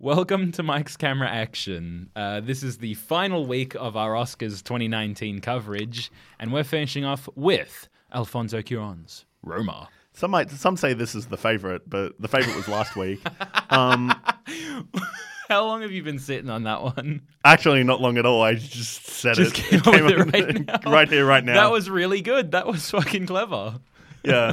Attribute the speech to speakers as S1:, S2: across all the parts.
S1: Welcome to Mike's Camera Action. Uh, this is the final week of our Oscars 2019 coverage, and we're finishing off with Alfonso Cuarón's Roma.
S2: Some might some say this is the favorite, but the favorite was last week.
S1: How long have you been sitting on that one?
S2: Actually, not long at all. I just said
S1: Just
S2: it.
S1: came up with it right
S2: up-
S1: now.
S2: right here, right now.
S1: That was really good. That was fucking clever.
S2: yeah,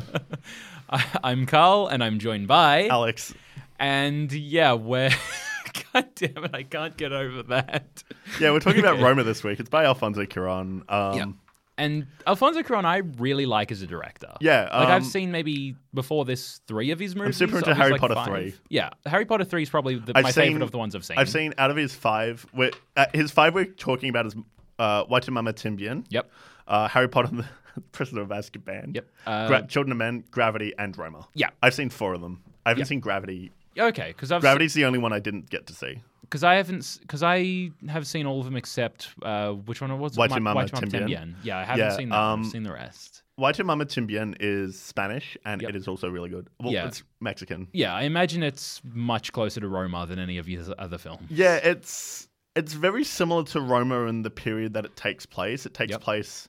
S1: I, I'm Carl, and I'm joined by.
S2: Alex.
S1: And yeah, we're. God damn it, I can't get over that.
S2: Yeah, we're talking about
S1: Okay.
S2: Roma this week. It's by Alfonso Cuarón. Um,
S1: And Alfonso Cuarón, I really like as a director.
S2: Yeah,
S1: like I've
S2: um,
S1: seen maybe before this three of his movies.
S2: super into
S1: of his,
S2: Harry
S1: like,
S2: Potter
S1: five.
S2: 3.
S1: Yeah, Harry Potter three is probably the,
S2: I've
S1: my
S2: seen-
S1: favorite of the ones I've seen.
S2: I've seen out of his five. We're, uh, his five we're talking about is uh, Watamama Timbian.
S1: Yep.
S2: Uh, Harry Potter and the Prisoner of Azkaban.
S1: Yep. Uh,
S2: Gra- Children of Men, Gravity, and Roma.
S1: Yeah.
S2: I've seen four of them. I haven't seen Gravity.
S1: Okay, because I've
S2: Gravity's the only one I didn't get to see.
S1: because I haven't because I have seen all of them except uh, which one it was
S2: White
S1: My-
S2: Mama
S1: White Mama
S2: Timbian.
S1: Yeah, I haven't
S2: Yeah,
S1: seen that. one.
S2: um,
S1: I've seen the rest.
S2: Watamama Timbian is Spanish, and
S1: Yep.
S2: it is also really good. Well,
S1: Yeah.
S2: it's Mexican.
S1: Yeah, I imagine it's much closer to Roma than any of his other films.
S2: Yeah, it's it's very similar to Roma in the period that it takes place. It takes
S1: Yep.
S2: place,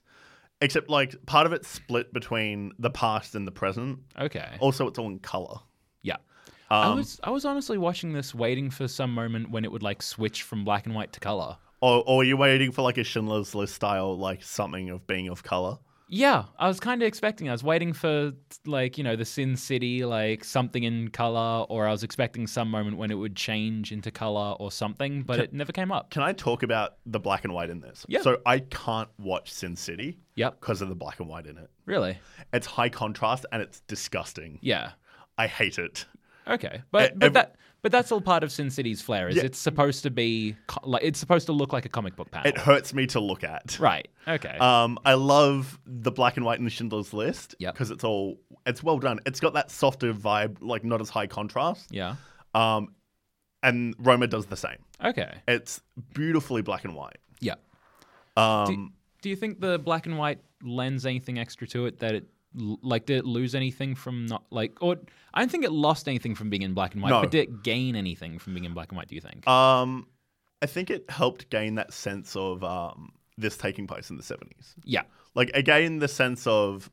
S2: except like part of it's split between the past and the present.
S1: Okay.
S2: Also, it's all in color.
S1: Yeah. I
S2: Um,
S1: was I was honestly watching this, waiting for some moment when it would like switch from black and white to color.
S2: or, or you're waiting for like a Schindler's List style, like something of being of color.
S1: Yeah, I was kind of expecting. I was waiting for like you know the Sin City, like something in color, or I was expecting some moment when it would change into color or something, but it never came up.
S2: Can I talk about the black and white in this?
S1: Yeah.
S2: So I can't watch Sin City
S1: Yep,
S2: because of the black and white in it.
S1: really?
S2: It's high contrast and it's disgusting.
S1: Yeah.
S2: I hate it.
S1: Okay, but
S2: E-
S1: but
S2: ev-
S1: that but that's all part of Sin City's flair. Is
S2: Yeah.
S1: it's supposed to be co- like it's supposed to look like a comic book panel,
S2: It hurts me to look at.
S1: right? Okay,
S2: Um, I love the black and white in the Schindler's List
S1: Yep.
S2: because it's all it's well done. It's got that softer vibe, like not as high contrast.
S1: yeah,
S2: Um, and Roma does the same.
S1: okay,
S2: It's beautifully black and white.
S1: yeah.
S2: Um,
S1: Do you think the black and white lends anything extra to it that it l- like did it lose anything from not like or I don't think it lost anything from being in black and white,
S2: No.
S1: but did it gain anything from being in black and white? Do you think?
S2: um, I think it helped gain that sense of um, this taking place in the seventies.
S1: yeah,
S2: Like again, the sense of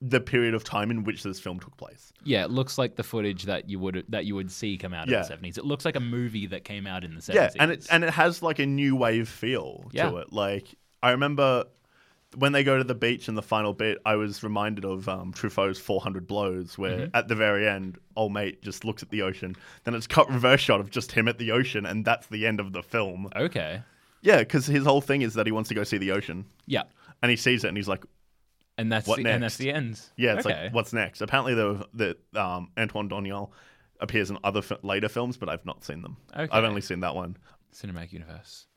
S2: the period of time in which this film took place.
S1: yeah. It looks like the footage that you would that you would see come out in
S2: Yeah.
S1: the seventies. It looks like a movie that came out in the
S2: Yeah,
S1: seventies.
S2: and it and it has like a new wave feel
S1: Yeah.
S2: to it. Like I remember when they go to the beach in the final bit, I was reminded of um, Truffaut's 400 Blows, where
S1: Mm-hmm.
S2: at the very end, old mate just looks at the ocean. Then it's cut reverse shot of just him at the ocean, and that's the end of the film.
S1: okay,
S2: Yeah, because his whole thing is that he wants to go see the ocean,
S1: yeah,
S2: and he sees it, and he's like,
S1: and that's
S2: What
S1: the, and that's
S2: next?
S1: the end.
S2: "Yeah, it's
S1: okay.
S2: like what's next?" Apparently, the the um, Antoine Doniol appears in other f- later films, but I've not seen them.
S1: Okay.
S2: I've only seen that one.
S1: cinematic universe.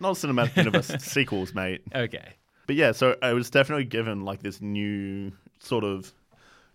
S2: Not cinematic universe sequels, mate.
S1: Okay,
S2: But yeah, so I was definitely given like this new sort of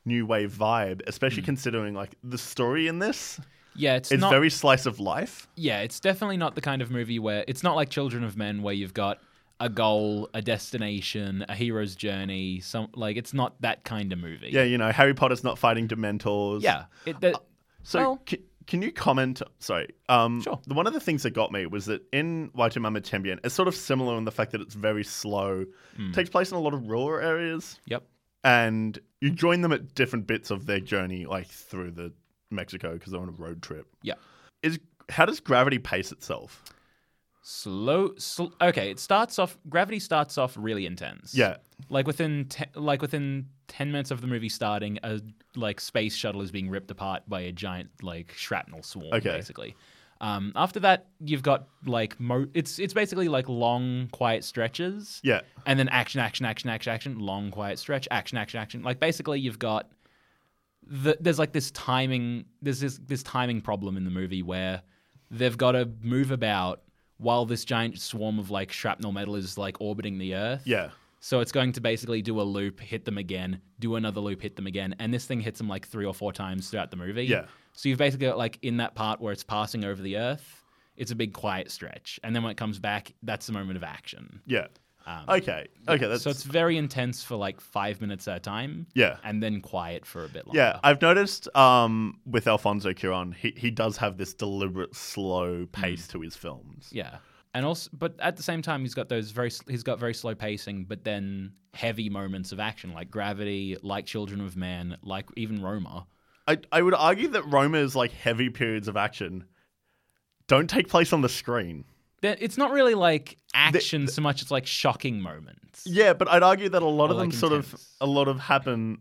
S2: new wave vibe, especially considering like the story in this
S1: yeah, it's,
S2: is
S1: Hmm. not
S2: very slice of life.
S1: Yeah, it's definitely not the kind of movie where it's not like Children of Men where you've got a goal, a destination, a hero's journey, some like it's not that kind of movie.
S2: Yeah, you know, Harry Potter's not fighting Dementors.
S1: Yeah. It, the,
S2: So
S1: Well-
S2: c- can you comment? Sorry. Um,
S1: Sure.
S2: The, one of the things that got me was that in Waitumama Tembian, it's sort of similar in the fact that it's very slow,
S1: Hmm.
S2: takes place in a lot of rural areas,
S1: yep.
S2: and you join them at different bits of their journey, like through the Mexico because they're on a road trip.
S1: Yeah.
S2: Is how does gravity pace itself?
S1: Slow, sl- Okay, it starts off gravity starts off really intense.
S2: Yeah.
S1: Like within te- like within 10 minutes of the movie starting, a like space shuttle is being ripped apart by a giant like shrapnel swarm
S2: Okay.
S1: basically. Um, after that, you've got like mo- it's it's basically like long quiet stretches.
S2: Yeah.
S1: and then action, action, action, action, action, long quiet stretch, action, action, action. Like basically, you've got the, there's like this timing, there's this this timing problem in the movie where they've got to move about while this giant swarm of like shrapnel metal is like orbiting the Earth.
S2: Yeah.
S1: So it's going to basically do a loop, hit them again, do another loop, hit them again, and this thing hits them like three or four times throughout the movie.
S2: Yeah.
S1: So you've basically got like in that part where it's passing over the Earth, it's a big quiet stretch, and then when it comes back, that's the moment of action.
S2: Yeah. okay, okay, that's
S1: so it's very intense for like five minutes at a time.
S2: Yeah.
S1: And then quiet for a bit longer.
S2: yeah. I've noticed um, with Alfonso Cuarón, he he does have this deliberate slow pace to his films.
S1: Yeah. And also, but at the same time, he's got those very he's got very slow pacing, but then heavy moments of action like Gravity, like Children of Man, like even Roma.
S2: I I would argue that Roma's like heavy periods of action don't take place on the screen.
S1: That- It's not really like action so much; it's like shocking moments.
S2: Yeah, but I'd argue that a lot
S1: Or,
S2: of them
S1: like,
S2: sort of
S1: intense.
S2: a lot of happen.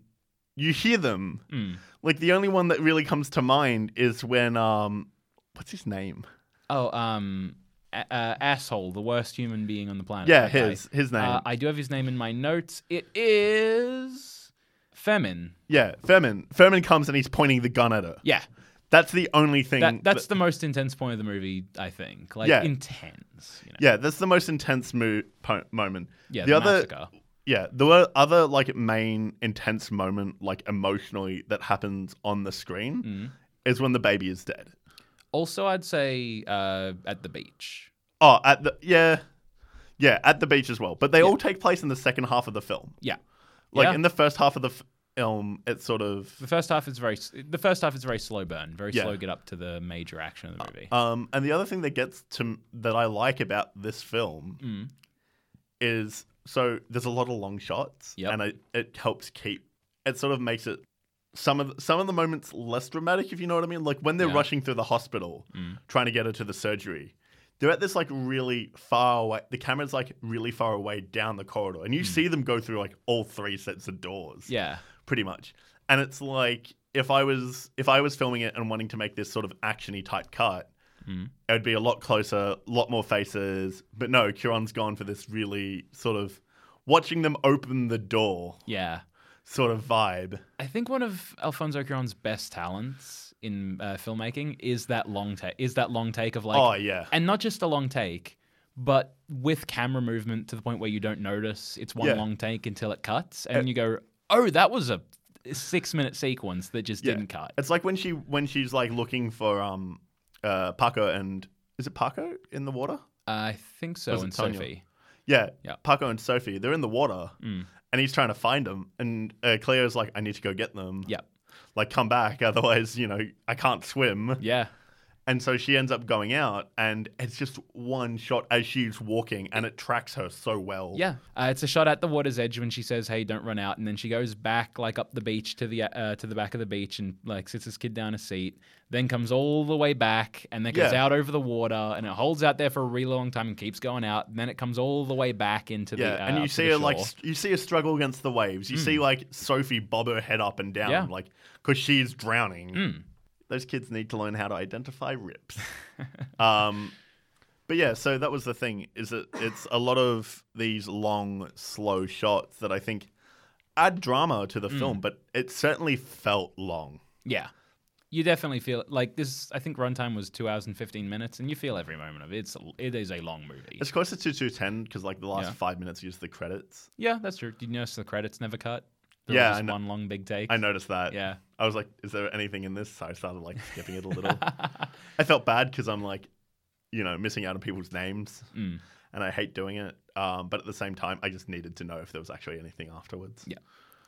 S2: You hear them.
S1: Mm.
S2: Like the only one that really comes to mind is when um, what's his name?
S1: Oh, um, a- uh, asshole, the worst human being on the planet.
S2: Yeah,
S1: that guy.
S2: his his name.
S1: Uh, I do have his name in my notes. It is Femin.
S2: yeah, Furman. Furman comes and he's pointing the gun at her.
S1: Yeah,
S2: That's the only thing.
S1: that, that's
S2: that-
S1: the most intense point of the movie, I think. Like
S2: Yeah.
S1: intense. You know?
S2: yeah, that's the most intense mo- po- moment.
S1: Yeah,
S2: the,
S1: the
S2: other
S1: massacre.
S2: yeah, the o- other like main intense moment, like emotionally, that happens on the screen
S1: Mm.
S2: is when the baby is dead.
S1: Also, I'd say uh, at the beach.
S2: Oh, at the yeah, yeah, at the beach as well. But they all take place in the second half of the film.
S1: Yeah.
S2: Like
S1: Yeah.
S2: in the first half of the f- film, it's sort of
S1: The first half is very the first half is very slow burn, very
S2: Yeah.
S1: slow get up to the major action of the movie.
S2: um. And the other thing that gets to m- that I like about this film
S1: Mm.
S2: is so there's a lot of long shots,
S1: Yep.
S2: and I, it helps keep it sort of makes it some of the, some of the moments less dramatic, if you know what I mean. Like when they're
S1: Yeah. Mm.
S2: rushing through the hospital trying to get her to the surgery, they're at this like really far away. The camera's like really far away down the corridor,
S1: Mm.
S2: and you see them go through like all three sets of doors,
S1: yeah.
S2: pretty much. And it's like if I was if I was filming it and wanting to make this sort of actiony type cut,
S1: Mm.
S2: it would be a lot closer, a lot more faces. But no, Curon's gone for this really sort of watching them open the door
S1: Yeah.
S2: sort of vibe.
S1: I think one of Alfonso Cuarón's best talents in uh, filmmaking is that long take. Is that long take of like,
S2: oh yeah,
S1: and not just a long take, but with camera movement to the point where you don't notice it's one
S2: Yeah.
S1: long take until it cuts, and you go, "Oh, that was a six-minute sequence that just
S2: Yeah.
S1: didn't cut."
S2: It's like when she when she's like looking for um uh Paco and is it Paco in the water?
S1: I think so.
S2: Was it
S1: And
S2: Sonya?
S1: Sophie,
S2: Yeah.
S1: Yeah.
S2: Paco and Sophie, they're in the water
S1: Mm.
S2: and he's trying to find them and uh, Cleo's like I need to go get them.
S1: yeah,
S2: Like come back otherwise, you know, I can't swim.
S1: yeah.
S2: And so she ends up going out and it's just one shot as she's walking and it tracks her so well.
S1: Yeah, uh, it's a shot at the water's edge when she says, "Hey, don't run out," and then she goes back like up the beach to the uh, to the back of the beach and like sits this kid down a seat. Then comes all the way back and then goes
S2: Yeah.
S1: out over the water and it holds out there for a really long time and keeps going out. And then it comes all the way back into
S2: Yeah,
S1: the uh,
S2: and
S1: up
S2: you
S1: to
S2: see
S1: the
S2: her like
S1: shore.
S2: st- you see her struggle against the waves. You see like Sophie bob her head up and down,
S1: Yeah.
S2: like because she's drowning.
S1: Mm.
S2: Those kids need to learn how to identify rips. um, but yeah, so that was the thing is that it's a lot of these long, slow shots that I think add drama to the
S1: Hmm.
S2: film, but it certainly felt long.
S1: yeah. You definitely feel it. like this. I think runtime was two hours and fifteen minutes, and you feel every moment of it. It's it is a long movie.
S2: It's closer to two ten because like the last
S1: Yeah.
S2: five minutes use the credits.
S1: yeah, that's true. Did you notice the credits never cut? There
S2: Yeah,
S1: was
S2: I
S1: just
S2: know-
S1: one long big take.
S2: I noticed that.
S1: Yeah.
S2: I was like, is there anything in this? So I started like skipping it a little. I felt bad because I'm like, you know, missing out on people's names
S1: Mm.
S2: and I hate doing it. Um, but at the same time, I just needed to know if there was actually anything afterwards.
S1: Yeah.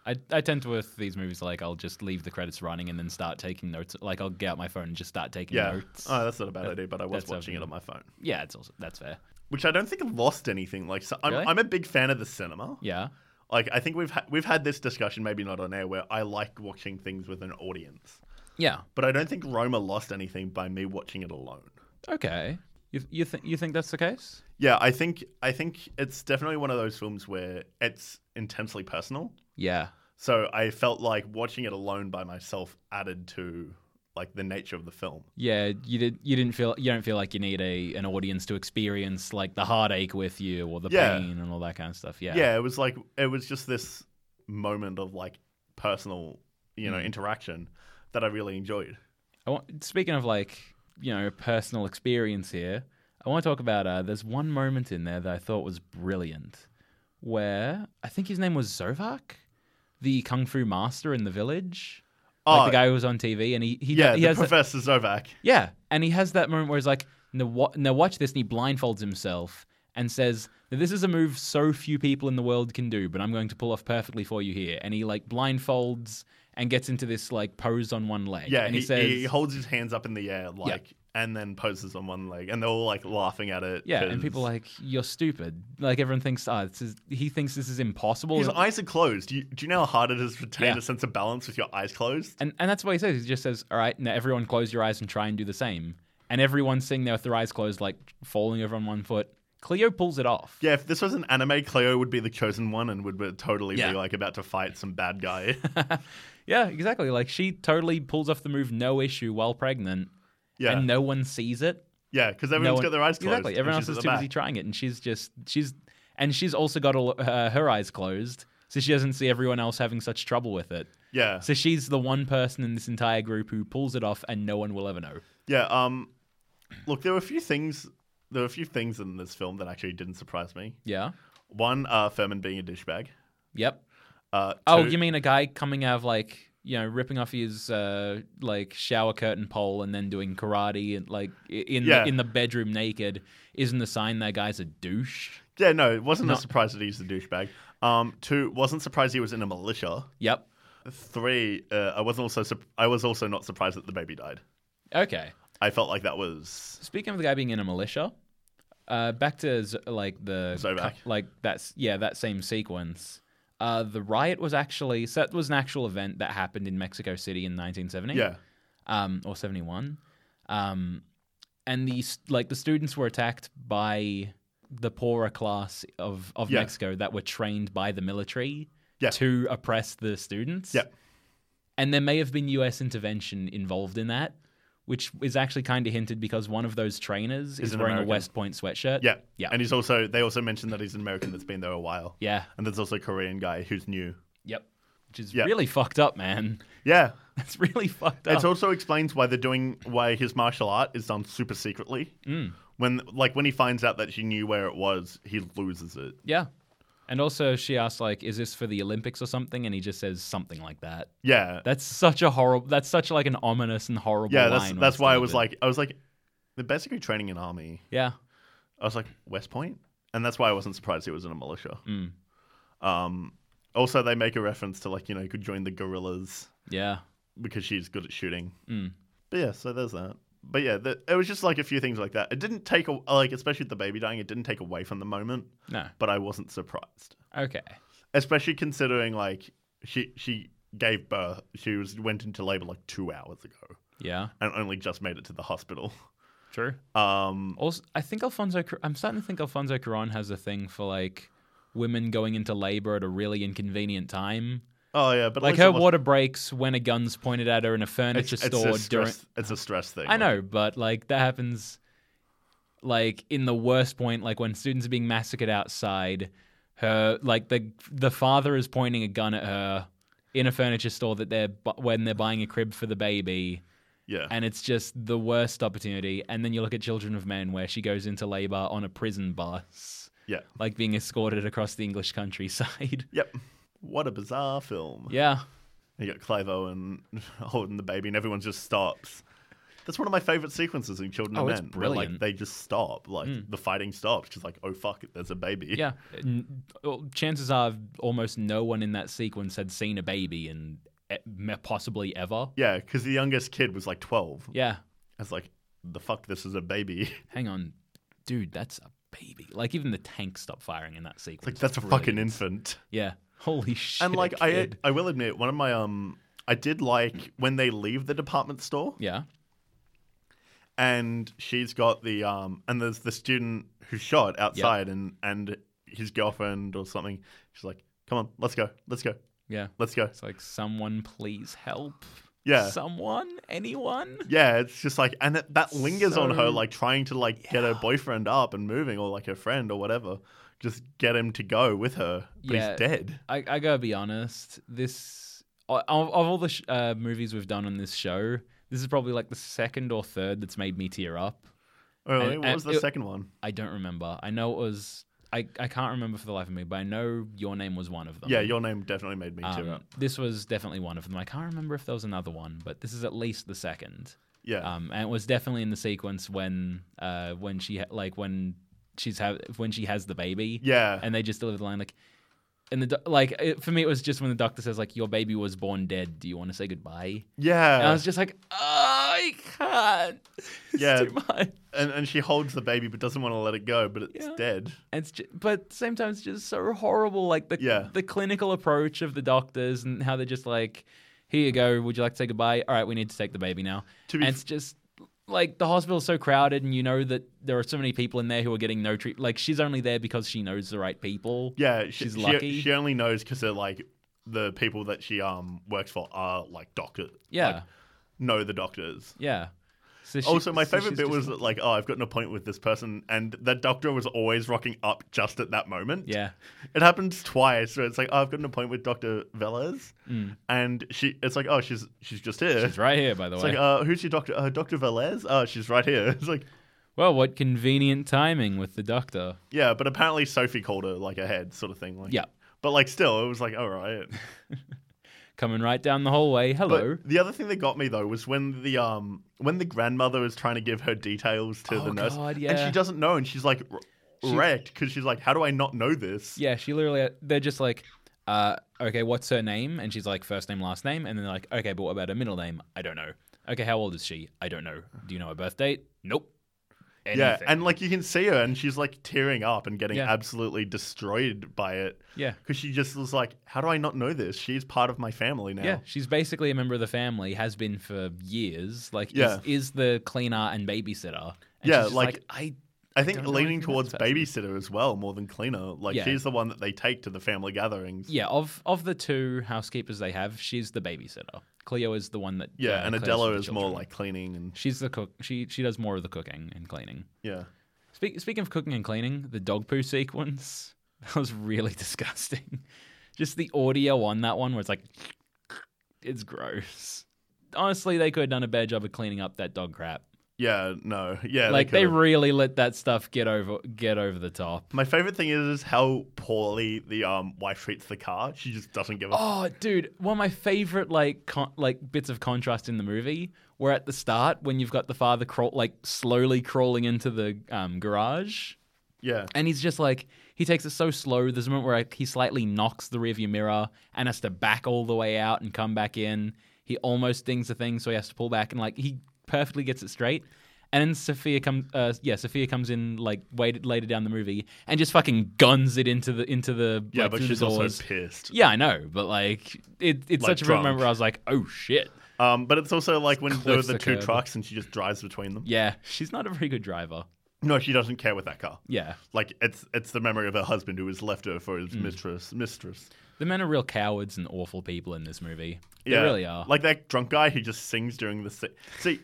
S1: I, I tend to with these movies like I'll just leave the credits running and then start taking notes. Like I'll get out my phone and just start taking
S2: Yeah.
S1: notes.
S2: Oh, that's not a bad idea, but I was
S1: that's
S2: watching it
S1: something.
S2: on my phone,
S1: yeah, it's also that's fair.
S2: which I don't think lost anything. Like, so I'm,
S1: Really?
S2: I'm a big fan of the cinema.
S1: Yeah,
S2: Like, I think we've ha- we've had this discussion, maybe not on air, where I like watching things with an audience.
S1: yeah,
S2: But I don't think Roma lost anything by me watching it alone.
S1: okay. You you think you think that's the case?
S2: Yeah, I think I think it's definitely one of those films where it's intensely personal.
S1: Yeah,
S2: So I felt like watching it alone by myself added to like the nature of the film.
S1: yeah. You did you didn't feel you don't feel like you need a an audience to experience like the heartache with you or the
S2: Yeah.
S1: pain and all that kind of stuff. Yeah,
S2: Yeah. it was like it was just this moment of like personal, you
S1: Hmm.
S2: know, interaction that I really enjoyed.
S1: I want, speaking of like you know personal experience here, I want to talk about uh, there's one moment in there that I thought was brilliant, where I think his name was Zovak, the kung fu master in the village, like
S2: Oh.
S1: the guy who was on TV, and he he,
S2: Yeah,
S1: he
S2: the
S1: has that-
S2: Professor Zovac.
S1: yeah, and he has that moment where he's like, now, wa- now watch this, and he blindfolds himself. and says, "This is a move so few people in the world can do, but I'm going to pull off perfectly for you here." And he like blindfolds and gets into this like pose on one leg.
S2: Yeah,
S1: and he,
S2: he, he,
S1: says,
S2: holds his hands up in the air like, and then poses on one leg, and they're all like laughing at it.
S1: "Yeah," and
S2: 'cause
S1: people are like, "You're stupid." Like everyone thinks, "Ah, this is, he thinks this is impossible."
S2: his eyes are closed. Do you, do you know how hard it is to retain
S1: "Oh." Yeah.
S2: a sense of balance with your eyes closed?
S1: And and that's what he says. He just says, "All right, now everyone close your eyes and try and do the same." And everyone's sitting there with their eyes closed, like falling over on one foot. Cleo pulls it off.
S2: Yeah, if this was an anime, Cleo would be the chosen one and would be totally
S1: Yeah.
S2: be like about to fight some bad guy.
S1: yeah, exactly. Like she totally pulls off the move, no issue, while pregnant,
S2: yeah,
S1: and no one sees it.
S2: yeah, because
S1: No
S2: everyone's
S1: one-
S2: got their eyes closed.
S1: Exactly.
S2: and
S1: Everyone
S2: she's
S1: else is
S2: at
S1: too
S2: the
S1: busy
S2: back.
S1: trying it, and she's just she's and she's also got all, uh, her eyes closed, so she doesn't see everyone else having such trouble with it.
S2: Yeah,
S1: So she's the one person in this entire group who pulls it off, and no one will ever know.
S2: yeah. Um, look, there were a few things. There were a few things in this film that actually didn't surprise me.
S1: Yeah.
S2: One, uh, Furman being a douchebag.
S1: Yep.
S2: Uh,
S1: Oh,
S2: two-
S1: you mean a guy coming out of like you know ripping off his uh, like shower curtain pole and then doing karate and like i- in
S2: Yeah.
S1: the, in the bedroom naked isn't a sign that guy's a douche?
S2: Yeah, no, it wasn't a
S1: Not-
S2: surprise that he's a douchebag. Um, two, wasn't surprised he was in a militia.
S1: Yep.
S2: Three, uh, I wasn't also sup- I was also not surprised that the baby died.
S1: Okay.
S2: I felt like that was
S1: Speaking of the guy being in a militia, uh, back to Z- like the
S2: Zovac.
S1: like that's yeah that same sequence. Uh, the riot was actually so that was an actual event that happened in Mexico City in 1970.
S2: yeah,
S1: um, or 71. Um, and the s- like the students were attacked by the poorer class of, of
S2: Yeah.
S1: Mexico that were trained by the military
S2: Yeah.
S1: to oppress the students.
S2: Yeah.
S1: And there may have been US intervention involved in that, which is actually kind of hinted because one of those trainers is
S2: an
S1: wearing
S2: American.
S1: a West Point sweatshirt.
S2: yeah,
S1: Yeah.
S2: And he's also they also mentioned that he's an American that's been there a while.
S1: yeah.
S2: And there's also a Korean guy who's new.
S1: Yep. Which is
S2: Yeah.
S1: really fucked up, man.
S2: Yeah,
S1: That's really fucked up.
S2: it also explains why they're doing why his martial art is done super secretly.
S1: Mm.
S2: When like when he finds out that she knew where it was, he loses it.
S1: yeah. And also she asks like, is this for the Olympics or something? And he just says something like that.
S2: Yeah,
S1: That's such a horrible. That's such like an ominous and horrible.
S2: yeah.
S1: line
S2: That's
S1: when
S2: that's
S1: it's
S2: why I was
S1: delivered.
S2: like I was like they're basically training an army.
S1: yeah,
S2: I was like, West Point? And that's why I wasn't surprised he was in a militia.
S1: Mm.
S2: Um, also, they make a reference to, like, you know, you could join the guerrillas
S1: yeah,
S2: because she's good at shooting.
S1: Mm.
S2: But yeah, so there's that. But yeah, the, it was just like a few things like that. It didn't take, a, like, especially with the baby dying, it didn't take away from the moment,
S1: no,
S2: but I wasn't surprised.
S1: okay,
S2: Especially considering, like, she, she gave birth, she was went into labor like two hours ago
S1: yeah,
S2: and only just made it to the hospital.
S1: true.
S2: Um,
S1: Also, I think Alfonso. Cu- I'm starting to think Alfonso Cuarón has a thing for like women going into labor at a really inconvenient time.
S2: oh, yeah, but at
S1: Like
S2: least it
S1: her
S2: wasn't-
S1: water breaks when a gun's pointed at her in a furniture store during.
S2: a stress, it's a stress thing.
S1: I know, but like that happens like in the worst point, like when students are being massacred outside, her like the the father is pointing a gun at her in a furniture store that they're bu- when they're buying a crib for the baby
S2: Yeah.
S1: and it's just the worst opportunity and then you look at children of men where she goes into labor on a prison bus
S2: yeah.
S1: like being escorted across the english countryside
S2: Yep. What a bizarre film.
S1: yeah
S2: You got Clive Owen holding the baby, and everyone just stops. That's one of my favorite sequences in Children
S1: Oh,
S2: of
S1: it's
S2: Men. where,
S1: brilliant. Hmm.
S2: like they just stop, like the fighting stops, because like, oh fuck, there's a baby.
S1: yeah N- well, chances are almost no one in that sequence had seen a baby and possibly ever
S2: Yeah, because the youngest kid was like twelve.
S1: Yeah.
S2: I was like, the fuck, this is a baby. It's
S1: Hang on. Dude, that's a baby. Like even the tanks stop firing in that sequence.
S2: like that's a
S1: Brilliant.
S2: fucking infant.
S1: Yeah. Holy shit.
S2: And like,
S1: a
S2: I
S1: kid.
S2: I will admit, one of my um, I did like when they leave the department store.
S1: Yeah.
S2: and she's got the um and there's the student who shot outside and and his girlfriend or something she's like come on let's go let's go
S1: Yeah.
S2: let's go
S1: It's like someone please help.
S2: yeah
S1: Someone? Anyone?
S2: yeah it's just like and it, that lingers on her
S1: So-
S2: like trying to like get her boyfriend up and moving or like her friend or whatever just get him to go with her but
S1: Yeah.
S2: he's dead
S1: I, I gotta be honest. This of, of all the sh- uh, movies we've done on this show, this is probably like the second or third that's made me tear up.
S2: oh,
S1: And-
S2: wait, what
S1: and
S2: was the
S1: it-
S2: second one
S1: I don't remember. I know it was. I, I can't remember for the life of me, but I know your name was one of them.
S2: yeah your name definitely made me tear
S1: Um,
S2: up
S1: this was definitely one of them. I can't remember if there was another one, but this is at least the second.
S2: yeah
S1: Um, and it was definitely in the sequence when, uh, when she ha- like when she's have when she has the baby.
S2: Yeah.
S1: and they just deliver the line like, and the do- like it, for me it was just when the doctor says like your baby was born dead. Do you want to say goodbye?
S2: yeah.
S1: And I was just like, oh, I can't. It's
S2: Yeah.
S1: too much.
S2: and, and she holds the baby but doesn't want to let it go, but it's
S1: Yeah.
S2: dead.
S1: And It's just, but at the same time, it's just so horrible. Like the
S2: Yeah.
S1: the clinical approach of the doctors and how they're just like, here you go. Would you like to say goodbye? All right, we need to take the baby now.
S2: To be
S1: and it's just like the hospital's so crowded, and you know that there are so many people in there who are getting no treat. Like she's only there because she knows the right people.
S2: Yeah, she,
S1: She's
S2: she-
S1: lucky.
S2: She only knows because they're like the people that she um works for are like doctors.
S1: Yeah.
S2: like, know the doctors.
S1: yeah. So she-
S2: Also, my
S1: so
S2: favorite
S1: she's
S2: bit
S1: just
S2: was
S1: like-
S2: like, oh, I've got an appointment with this person, and that doctor was always rocking up just at that moment.
S1: yeah,
S2: it happens twice. Where it's like, oh, I've got an appointment with Doctor Velez, and she, it's like, oh, she's she's just here.
S1: mm, she's right here by the
S2: It's
S1: way.
S2: like, uh, who's your doctor? Uh, Doctor Velez? Oh, she's right here. It's like,
S1: well, what convenient timing with the doctor.
S2: yeah, but apparently Sophie called her like ahead, sort of thing. Like,
S1: Yeah.
S2: but like still, it was like, all right.
S1: Coming right down the hallway. Hello.
S2: But the other thing that got me though was when the um when the grandmother was trying to give her details to
S1: Oh,
S2: the nurse,
S1: God,
S2: and
S1: yeah.
S2: she doesn't know, and she's like r-
S1: She-
S2: wrecked because she's like, "How do I not know this?"
S1: Yeah, she literally. They're just like, uh, okay, what's her name? And she's like, first name, last name. And then they're like, okay, but what about her middle name? I don't know. Okay, how old is she? I don't know. Do you know her birth date? Nope.
S2: Yeah,
S1: Anything.
S2: and like you can see her, and she's like tearing up and getting
S1: Yeah.
S2: absolutely destroyed by it
S1: yeah,
S2: because she just was like, "How do I not know this? She's part of my family now."
S1: yeah. She's basically a member of the family. Has been for years. Like,
S2: Yeah.
S1: is, is the cleaner and babysitter. And
S2: Yeah,
S1: she's just
S2: like-
S1: I.
S2: I think
S1: Don't know
S2: leaning
S1: anything about
S2: towards
S1: this person.
S2: babysitter as well, more than cleaner. Like
S1: Yeah.
S2: she's the one that they take to the family gatherings.
S1: Yeah, of of the two housekeepers they have, she's the babysitter. Cleo is the one that. uh,
S2: Yeah, and
S1: cares for
S2: Adela
S1: the
S2: is more
S1: children.
S2: like cleaning and
S1: She's the cook. She she does more of the cooking and cleaning.
S2: yeah.
S1: Speak, speaking of cooking and cleaning, the dog poo sequence that was really disgusting. Just the audio on that one, where it's like, it's gross. Honestly, they could have done a better job of cleaning up that dog crap.
S2: Yeah, no. Yeah.
S1: like they,
S2: could've.
S1: really let that stuff get over get over the top.
S2: My favorite thing is, is how poorly the um wife treats the car. She just doesn't give a.
S1: Oh, dude, one of my favorite like con- like bits of contrast in the movie where at the start when you've got the father crawl like slowly crawling into the um, garage.
S2: yeah,
S1: And he's just like, he takes it so slow. There's a moment where like, he slightly knocks the rearview mirror and has to back all the way out and come back in. He almost dings the thing, so he has to pull back and like he perfectly gets it straight. And then Sophia comes, uh, yeah, Sophia comes in like way later down the movie and just fucking guns it into the into the
S2: yeah,
S1: like,
S2: but
S1: through the
S2: she's also
S1: doors.
S2: pissed.
S1: yeah, I know, but like it, it's
S2: Like
S1: such a moment
S2: drunk.
S1: where I was like, oh shit,
S2: Um, but it's also like when there were
S1: Cliffs
S2: the
S1: the
S2: two
S1: curb.
S2: trucks and she just drives between them.
S1: yeah, she's not a very good driver.
S2: No, she doesn't care with that car.
S1: Yeah,
S2: Like it's it's the memory of her husband who has left her for his mistress. Mistress.
S1: the men are real cowards and awful people in this movie.
S2: Yeah,
S1: They really are.
S2: Like that drunk guy who just sings during the si- see.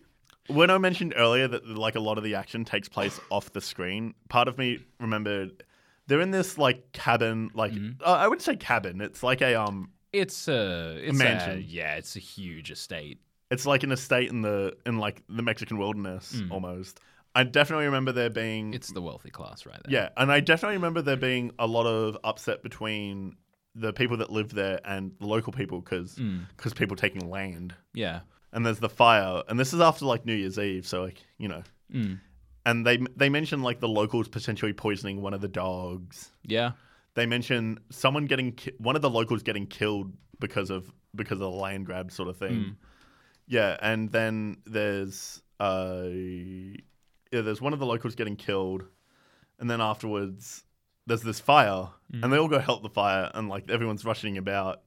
S2: When I mentioned earlier that like a lot of the action takes place off the screen, part of me remembered they're in this like cabin, like
S1: Mm-hmm.
S2: uh, I would say cabin. It's like a um
S1: It's a it's
S2: mansion.
S1: A, yeah, it's a huge estate.
S2: It's like an estate in the in like the Mexican wilderness almost. I definitely remember there being
S1: Mm. It's the wealthy class right there.
S2: yeah, and I definitely remember there being a lot of upset between the people that live there and the local people because
S1: Mm.
S2: people taking land.
S1: Yeah.
S2: And there's the fire, and this is after like New Year's Eve, so like you know,
S1: Mm.
S2: and they they mention like the locals potentially poisoning one of the dogs.
S1: Yeah.
S2: They mention someone getting ki- one of the locals getting killed because of because of the land grab sort of thing.
S1: Hmm.
S2: Yeah, and then there's uh, yeah, there's one of the locals getting killed, and then afterwards there's this fire,
S1: Hmm.
S2: and they all go help the fire, and like everyone's rushing about,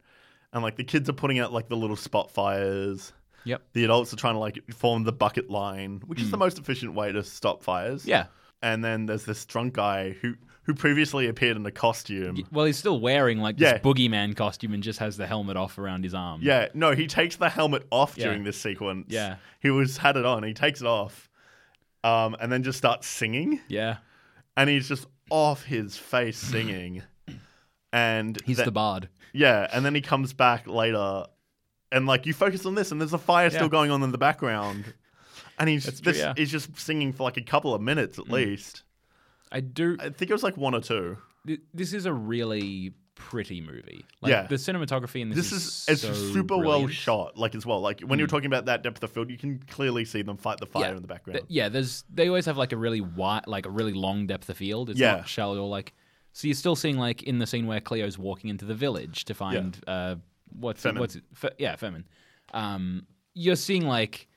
S2: and like the kids are putting out like the little spot fires.
S1: Yep. Hmm.
S2: The adults are trying to like form the bucket line, which is the most efficient way to stop fires.
S1: Yeah.
S2: And then there's this drunk guy who who previously appeared in a costume.
S1: Y- Well, he's still wearing like this
S2: Um, Yeah.
S1: boogeyman costume and just has the helmet off around his arm.
S2: Yeah, no, he takes the helmet off
S1: Yeah.
S2: during this sequence.
S1: Yeah.
S2: He was had it on, he takes it off. Um, and then just starts singing.
S1: Yeah.
S2: And he's just off his face singing. And
S1: He's
S2: the
S1: the bard.
S2: Yeah, and then he comes back later and like you focus on this and there's a fire
S1: Yeah.
S2: still going on in the background. And he's
S1: That's true,
S2: this
S1: yeah. Mm.
S2: he's just singing for like a couple of minutes at least.
S1: I do.
S2: I think it was like one or two.
S1: th- This is a really pretty movie. Like,
S2: Yeah.
S1: The cinematography in this,
S2: This is,
S1: is
S2: it's
S1: so
S2: super well
S1: brilliant. Mm.
S2: shot, like as well. Like when you're talking about that depth of field, you can clearly see them fight the fire
S1: Yeah.
S2: in the background.
S1: Th- yeah, there's they always have like a really wide, like a really long depth of field. It's
S2: Yeah.
S1: not shallow or like. So you're still seeing like in the scene where Cleo's walking into the village to find uh, what's
S2: Femin.
S1: It, what's it? Fe- yeah, Femin. Um, you're seeing like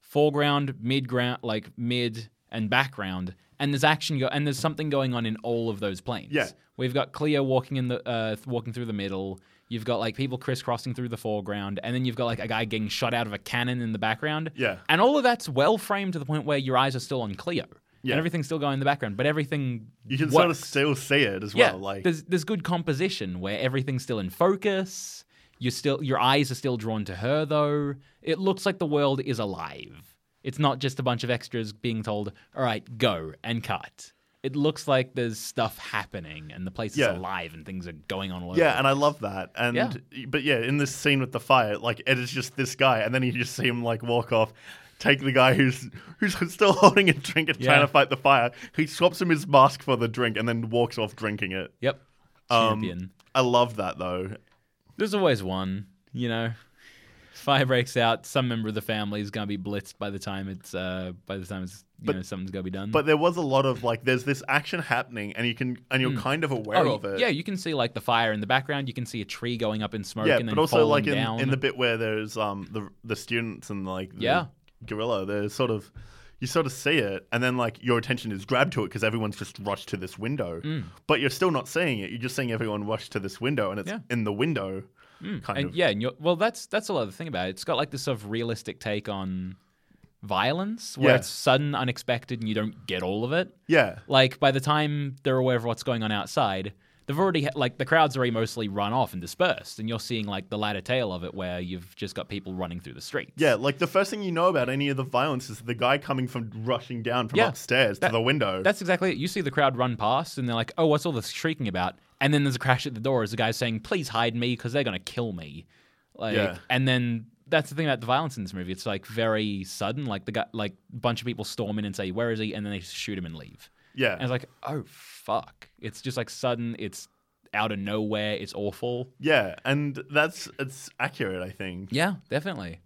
S1: foreground, mid ground, like mid and background, and there's action go- and there's something going on in all of those planes.
S2: Yeah.
S1: we've got Cleo walking in the uh, th- walking through the middle. You've got like people crisscrossing through the foreground, and then you've got like a guy getting shot out of a cannon in the background.
S2: Yeah.
S1: And all of that's well framed to the point where your eyes are still on Cleo.
S2: Yeah.
S1: And everything's still going in the background, but everything
S2: You can sort of
S1: works.
S2: still see it as
S1: yeah,
S2: well. Like
S1: there's there's good composition where everything's still in focus. You still your eyes are still drawn to her though. It looks like the world is alive. It's not just a bunch of extras being told, "All right, go and cut." It looks like there's stuff happening and the place
S2: Yeah.
S1: is alive and things are going on all over.
S2: Yeah, and I love that. And
S1: Yeah.
S2: but yeah, in this scene with the fire, like it is just this guy, and then you just see him like walk off, take the guy who's who's still holding a drink and
S1: Yeah.
S2: trying to fight the fire. He swaps him his mask for the drink, and then walks off drinking it.
S1: Yep.
S2: Um,
S1: Champion.
S2: I love that though.
S1: There's always one, you know. Fire breaks out. Some member of the family is gonna be blitzed by the time it's uh by the time it's you
S2: But-
S1: know something's gonna be done.
S2: But there was a lot of like, there's this action happening, and you can and you're kind of aware
S1: Oh,
S2: of it.
S1: yeah, you can see like the fire in the background. You can see a tree going up in smoke
S2: yeah,
S1: and then
S2: but also
S1: falling
S2: like in,
S1: down.
S2: in the bit where there's um the the students and like the
S1: Yeah.
S2: gorilla, they're sort of you sort of see it, and then like your attention is grabbed to it because everyone's just rushed to this window,
S1: Mm.
S2: but you're still not seeing it. You're just seeing everyone rush to this window, and it's
S1: Yeah.
S2: in the window, kind
S1: and
S2: of.
S1: yeah, and you're, well, that's that's a lot of the thing about it. It's got like this sort of realistic take on violence, where
S2: Yeah.
S1: it's sudden, unexpected, and you don't get all of it.
S2: Yeah,
S1: Like by the time they're aware of what's going on outside, they've already ha- like the crowds already mostly run off and dispersed, and you're seeing like the latter tail of it where you've just got people running through the streets.
S2: yeah. Like the first thing you know about any of the violence is the guy coming from rushing down from
S1: Yeah.
S2: upstairs
S1: That-
S2: to the window.
S1: That's exactly it. You see the crowd run past, and they're like, "Oh, what's all this shrieking about?" And then there's a crash at the door as the guy's saying, "Please hide me, because they're gonna kill me." Like,
S2: Yeah.
S1: and then that's the thing about the violence in this movie. It's like very sudden. Like the guy, like a bunch of people storm in and say, "Where is he?" And then they just shoot him and leave.
S2: yeah,
S1: And it's like, "Oh fuck!" It's just like sudden. It's out of nowhere. It's awful.
S2: yeah, and that's it's accurate, I think.
S1: Yeah, definitely.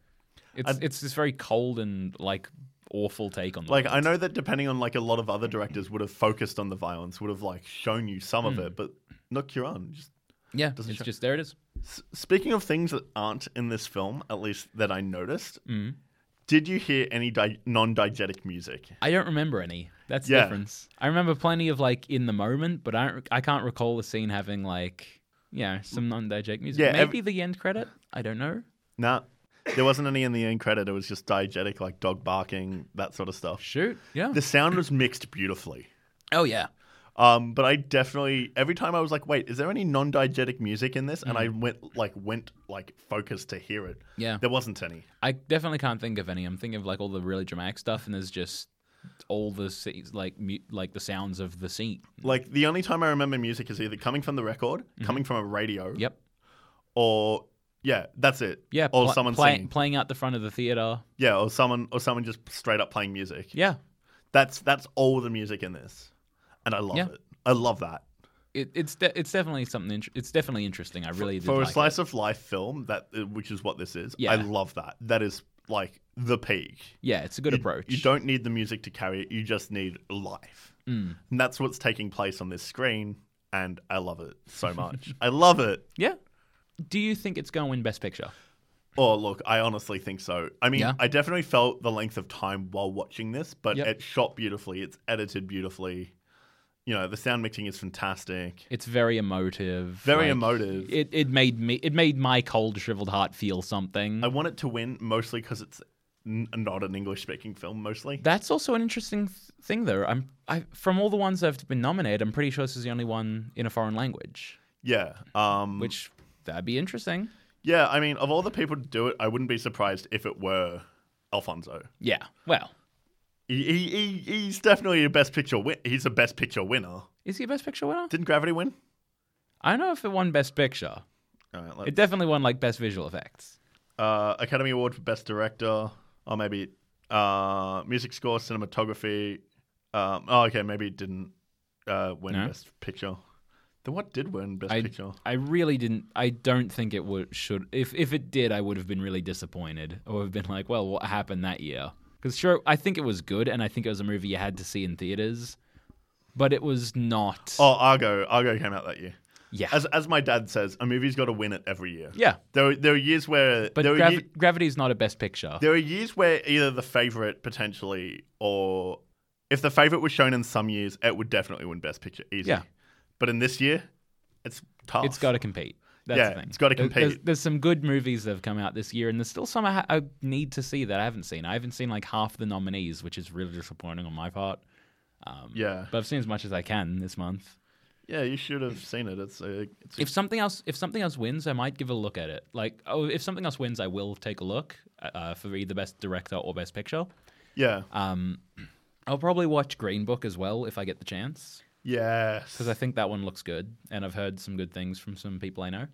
S1: It's
S2: I'd-
S1: it's this very cold and like awful take on the
S2: Like
S1: world.
S2: I know that depending on like a lot of other directors would have focused on the violence, would have like shown you some of it, but not Kiran. Just
S1: yeah,
S2: doesn't
S1: it's
S2: show-
S1: just there. It is.
S2: S- speaking of things that aren't in this film, at least that I noticed,
S1: Mm.
S2: did you hear any di- non-diegetic music?
S1: I don't remember any. That's the
S2: Yeah.
S1: difference. I remember plenty of like in the moment, but I don't, I can't recall the scene having like you know some non-diegetic music.
S2: Yeah, ev-
S1: Maybe the end credit. I don't know.
S2: Nah, there wasn't any in the end credit. It was just diegetic, like dog barking, that sort of stuff.
S1: Shoot. Yeah.
S2: The sound was mixed beautifully.
S1: oh yeah.
S2: Um, but I definitely every time I was like, wait, is there any non-diegetic music in this? And I went like went like focused to hear it.
S1: Yeah.
S2: There wasn't any.
S1: I definitely can't think of any. I'm thinking of like all the really dramatic stuff, and there's just all the scenes, like mu- like the sounds of the scene.
S2: Like the only time I remember music is either coming from the record, coming from a radio,
S1: Mm-hmm. Yep.
S2: or yeah, that's it.
S1: Yeah.
S2: or
S1: pl-
S2: someone
S1: play-
S2: singing.
S1: playing out the front of the theater.
S2: Yeah, or someone or someone just straight up playing music.
S1: Yeah.
S2: That's that's all the music in this, and I love
S1: Yeah.
S2: it. I love that.
S1: It, it's de- it's definitely something. Int- it's definitely interesting. I really did
S2: For a
S1: like it.
S2: slice of life film, that uh, which is what this is.
S1: Yeah.
S2: I love that. That is like the peak.
S1: Yeah, it's a good approach.
S2: You don't need the music to carry it. You just need life,
S1: Mm.
S2: and that's what's taking place on this screen. And I love it so much. I love it.
S1: Yeah. Do you think it's going to win Best Picture?
S2: Oh, look, I honestly think so. I mean,
S1: Yeah.
S2: I definitely felt the length of time while watching this, but
S1: Yep.
S2: it's shot beautifully. It's edited beautifully. You know, the sound mixing is fantastic.
S1: It's very emotive.
S2: Very
S1: like,
S2: emotive.
S1: It it made me it made my cold shriveled heart feel something.
S2: I want it to win mostly because it's n- not an English speaking film, mostly.
S1: That's also an interesting th- thing though. I'm I from all the ones that have been nominated, I'm pretty sure this is the only one in a foreign language,
S2: yeah. Um,
S1: which that'd be interesting.
S2: yeah, I mean, of all the people to do it, I wouldn't be surprised if it were Alfonso.
S1: Yeah. Well,
S2: He, he, he, he's definitely a best picture win- He's a best picture winner.
S1: is he a Best Picture winner?
S2: Didn't Gravity win?
S1: I don't know if it won Best Picture.
S2: All right, let's-
S1: It definitely won like Best Visual Effects.
S2: uh, Academy Award for Best Director, or maybe uh, music score, cinematography. Um, oh, okay, maybe it didn't uh, win
S1: No?
S2: Best Picture. Then what did win Best
S1: I,
S2: Picture?
S1: I really didn't. I don't think it would should. If if it did, I would have been really disappointed, or have been like, well, what happened that year? Because sure, I think it was good, and I think it was a movie you had to see in theaters, but it was not.
S2: Oh, Argo. Argo came out that year.
S1: yeah,
S2: As as my dad says, a movie's got to win it every year.
S1: yeah.
S2: There were, there were years where
S1: But
S2: there, were
S1: grav-
S2: ye-
S1: Gravity is not a best picture.
S2: there were years where either the favorite potentially or if the favorite was shown in some years, it would definitely win Best Picture easy.
S1: Yeah.
S2: But in this year, it's tough.
S1: It's got to compete. That's
S2: Yeah,
S1: the thing.
S2: it's gotta
S1: There- There's,
S2: compete.
S1: there's some good movies that have come out this year, and there's still some I, ha- I need to see that I haven't seen. I haven't seen like half the nominees, which is really disappointing on my part.
S2: yeah.
S1: But I've seen as much as I can this month.
S2: Yeah, you should have seen it. It's a, it's a-
S1: If something else, if something else wins, I might give a look at it. Like, oh, if something else wins, I will take a look uh, for either best director or best picture.
S2: yeah.
S1: Um, I'll probably watch Green Book as well if I get the chance.
S2: yes.
S1: because I think that one looks good, and I've heard some good things from some people I know.